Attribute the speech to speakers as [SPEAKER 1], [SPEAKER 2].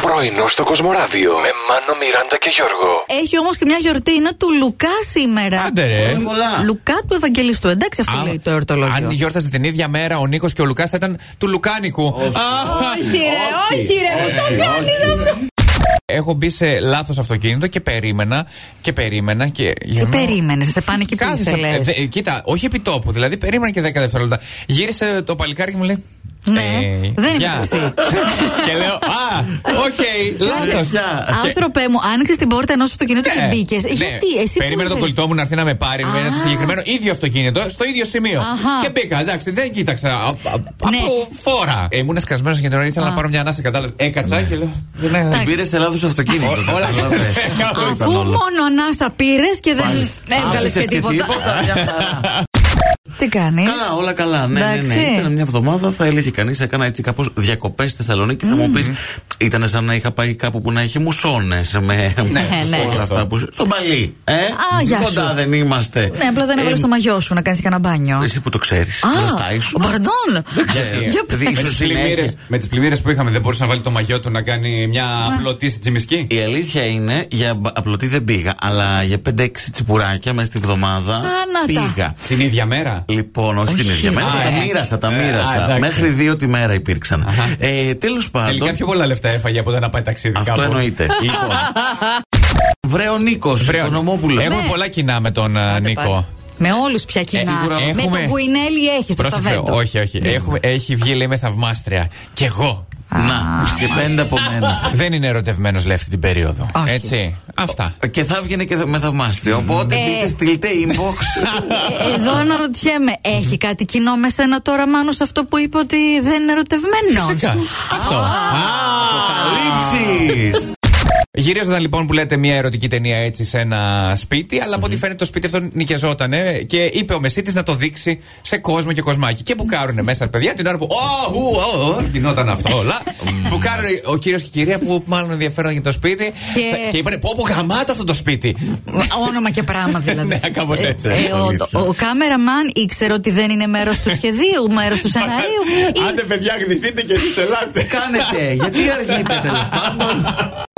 [SPEAKER 1] Πρωινό στο Κοσμοράδιο με Μάνο, Μιράντα και Γιώργο.
[SPEAKER 2] Έχει όμως και μια γιορτή, είναι του Λουκά σήμερα.
[SPEAKER 3] Άντε ρε.
[SPEAKER 4] Πολύ πολλά.
[SPEAKER 2] Λουκά του Ευαγγελιστού, εντάξει αυτό
[SPEAKER 3] Άμα-
[SPEAKER 2] λέει το εορτολόγιο.
[SPEAKER 3] Αν γιόρταζε την ίδια μέρα ο Νίκος και ο Λουκάς θα ήταν του Λουκάνικου. Α,
[SPEAKER 2] Όχι ρε, όχι ρε, μην το κάνεις αυτό.
[SPEAKER 3] Έχω μπει σε λάθος αυτοκίνητο και περίμενα και περίμενα και.
[SPEAKER 2] Τι περίμενες, σε πάνε εκεί που
[SPEAKER 3] Κάθισα.
[SPEAKER 2] ήθελε.
[SPEAKER 3] ε, δε- ε, κοίτα, όχι επί τόπου. Δηλαδή περίμενα και 10 δευτερόλεπτα. Γύρισε το παλικάρι και μου λέει.
[SPEAKER 2] Ναι,
[SPEAKER 3] «Ε,
[SPEAKER 2] δεν είναι
[SPEAKER 3] γεια».
[SPEAKER 2] μεταξύ.
[SPEAKER 3] και λέω, Α, οκ, λάθος.
[SPEAKER 4] Γεια.
[SPEAKER 2] Άνθρωπέ μου, άνοιξες την πόρτα ενός αυτοκινήτου και μπήκε. Γιατί, εσύ που
[SPEAKER 3] Περίμενα Ε, ναι. τον
[SPEAKER 2] ήθελες.
[SPEAKER 3] κολλητό μου να έρθει να με πάρει με ένα συγκεκριμένο ίδιο αυτοκίνητο στο ίδιο σημείο.
[SPEAKER 2] Αχα.
[SPEAKER 3] Και μπήκα, εντάξει, δεν κοίταξα. α- α-
[SPEAKER 2] Ναι.
[SPEAKER 3] Από φόρα. Ε, Ήμουν σκασμένος για την ώρα, ήθελα να πάρω μια ανάσα, κατάλαβες. Έκατσα
[SPEAKER 4] Ναι.
[SPEAKER 3] και λέω. «Ναι, «Δεν είναι».
[SPEAKER 2] Εντάξει.
[SPEAKER 4] Πήρες σε λάθο αυτοκίνητο.
[SPEAKER 3] Όλα-
[SPEAKER 4] καταλάβες.
[SPEAKER 2] Αφού μόνο ανάσα πήρες και δεν έβγαλε
[SPEAKER 4] Άφησες
[SPEAKER 2] και τίποτα.
[SPEAKER 4] μια χαρά.
[SPEAKER 2] Τι κάνεις.
[SPEAKER 4] Καλά, όλα καλά. Ναι, ναι, ναι.
[SPEAKER 2] Εντάξει.
[SPEAKER 4] Ήταν μια εβδομάδα, θα έλεγε κανείς, έκανα έτσι κάπως διακοπές στη Θεσσαλονίκη. Θα μου πεις, ήταν σαν να είχα πάει κάπου που να έχει μουσώνες με
[SPEAKER 2] ναι.
[SPEAKER 4] όλα αυτά που. Στον παλί. Ε,
[SPEAKER 2] Α, γεια σου.
[SPEAKER 4] κοντά δεν είμαστε.
[SPEAKER 2] Ναι, απλά δεν
[SPEAKER 4] Ε,
[SPEAKER 2] έβαλες το μαγιό σου να κάνεις κανένα μπάνιο.
[SPEAKER 4] Εσύ που το ξέρεις. Μπροστά ήσουν.
[SPEAKER 2] Παρντών!
[SPEAKER 4] Δεν ξέρω.
[SPEAKER 2] Για πες.
[SPEAKER 4] Δεν
[SPEAKER 3] Με
[SPEAKER 4] ίσως
[SPEAKER 3] τις
[SPEAKER 4] είναι
[SPEAKER 3] πλημμύρες-
[SPEAKER 4] έτσι.
[SPEAKER 3] Με τις πλημμύρες που είχαμε, δεν μπορούσε να βάλει το μαγιό του να κάνει μια απλωτή στη τσιμισκή.
[SPEAKER 4] Η αλήθεια είναι, για μπα- απλωτή δεν πήγα, αλλά για 5-6 τσιπουράκια μέσα στη βδομάδα
[SPEAKER 2] Άνατα.
[SPEAKER 4] πήγα.
[SPEAKER 3] Την ίδια μέρα.
[SPEAKER 4] Λοιπόν, όχι
[SPEAKER 2] Όχι,
[SPEAKER 4] την ίδια μέρα.
[SPEAKER 3] α,
[SPEAKER 4] Τα
[SPEAKER 3] ε.
[SPEAKER 4] μοίρασα, τα
[SPEAKER 3] Ε, α,
[SPEAKER 4] μοίρασα.
[SPEAKER 3] εντάξει.
[SPEAKER 4] Μέχρι δύο τη μέρα υπήρξαν.
[SPEAKER 3] Αχα.
[SPEAKER 4] Τέλο πάντων.
[SPEAKER 3] Τελικά πιο πολλά λεφτά έφαγε από το να πάει ταξίδι
[SPEAKER 4] Αυτό
[SPEAKER 3] κάπου.
[SPEAKER 4] εννοείται. λοιπόν. Βρε ο Νίκος,
[SPEAKER 3] Βρέω. Ναι.
[SPEAKER 4] Οικονομόπουλο.
[SPEAKER 3] Έχουμε
[SPEAKER 2] Ναι.
[SPEAKER 3] πολλά κοινά με τον α, Νίκο.
[SPEAKER 2] Με όλους πια κοινά.
[SPEAKER 3] σίγουρα
[SPEAKER 2] Με
[SPEAKER 3] έχουμε-
[SPEAKER 2] τον Γουινέλη έχει το
[SPEAKER 3] Πρόσεξε,
[SPEAKER 2] σταβέντο.
[SPEAKER 3] όχι, όχι. Έχουμε- έχει βγει, λέει, με θαυμάστρια. Κι εγώ.
[SPEAKER 4] Να, και πέντε από μένα.
[SPEAKER 3] Δεν είναι ερωτευμένος λέει αυτή την περίοδο.
[SPEAKER 2] Όχι.
[SPEAKER 3] Έτσι. Αυτά.
[SPEAKER 4] Και θα έβγαινε και με θαυμάστρια. Οπότε
[SPEAKER 2] Ε.
[SPEAKER 4] μπείτε, στείλτε inbox.
[SPEAKER 2] Ε, Εδώ αναρωτιέμαι, έχει κάτι κοινό με σένα τώρα, Μάνο, σε αυτό που είπε ότι δεν είναι ερωτευμένος.
[SPEAKER 3] Φυσικά. Αυτό.
[SPEAKER 4] Λήψεις.
[SPEAKER 3] Γυρίζονταν λοιπόν που λέτε μια ερωτική ταινία έτσι σε ένα σπίτι, αλλά από ό,τι φαίνεται το σπίτι αυτό νοικιαζότανε και είπε ο Μεσίτης να το δείξει σε κόσμο και κοσμάκι. Και μπουκάρουνε μέσα τα παιδιά την ώρα που. «Ω, ου, ω, ω», Γινόταν αυτό όλα. Μπουκάρουν ο κύριος και η κυρία που μάλλον ενδιαφέρονταν για το σπίτι.
[SPEAKER 2] Και-
[SPEAKER 3] Και είπανε Πω, πω γαμάτο αυτό το σπίτι.
[SPEAKER 2] Όνομα και πράγμα δηλαδή.
[SPEAKER 3] Ναι, κάπως έτσι.
[SPEAKER 2] Ε, ο, ο, κάμεραμαν ήξερε ότι δεν είναι μέρος του σχεδίου, μέρος του σενάριου. Ή-
[SPEAKER 3] Άντε, παιδιά, γδυθείτε και εσείς ελάτε.
[SPEAKER 4] Κάνετε, γιατί αργείτε τέλος πάντων.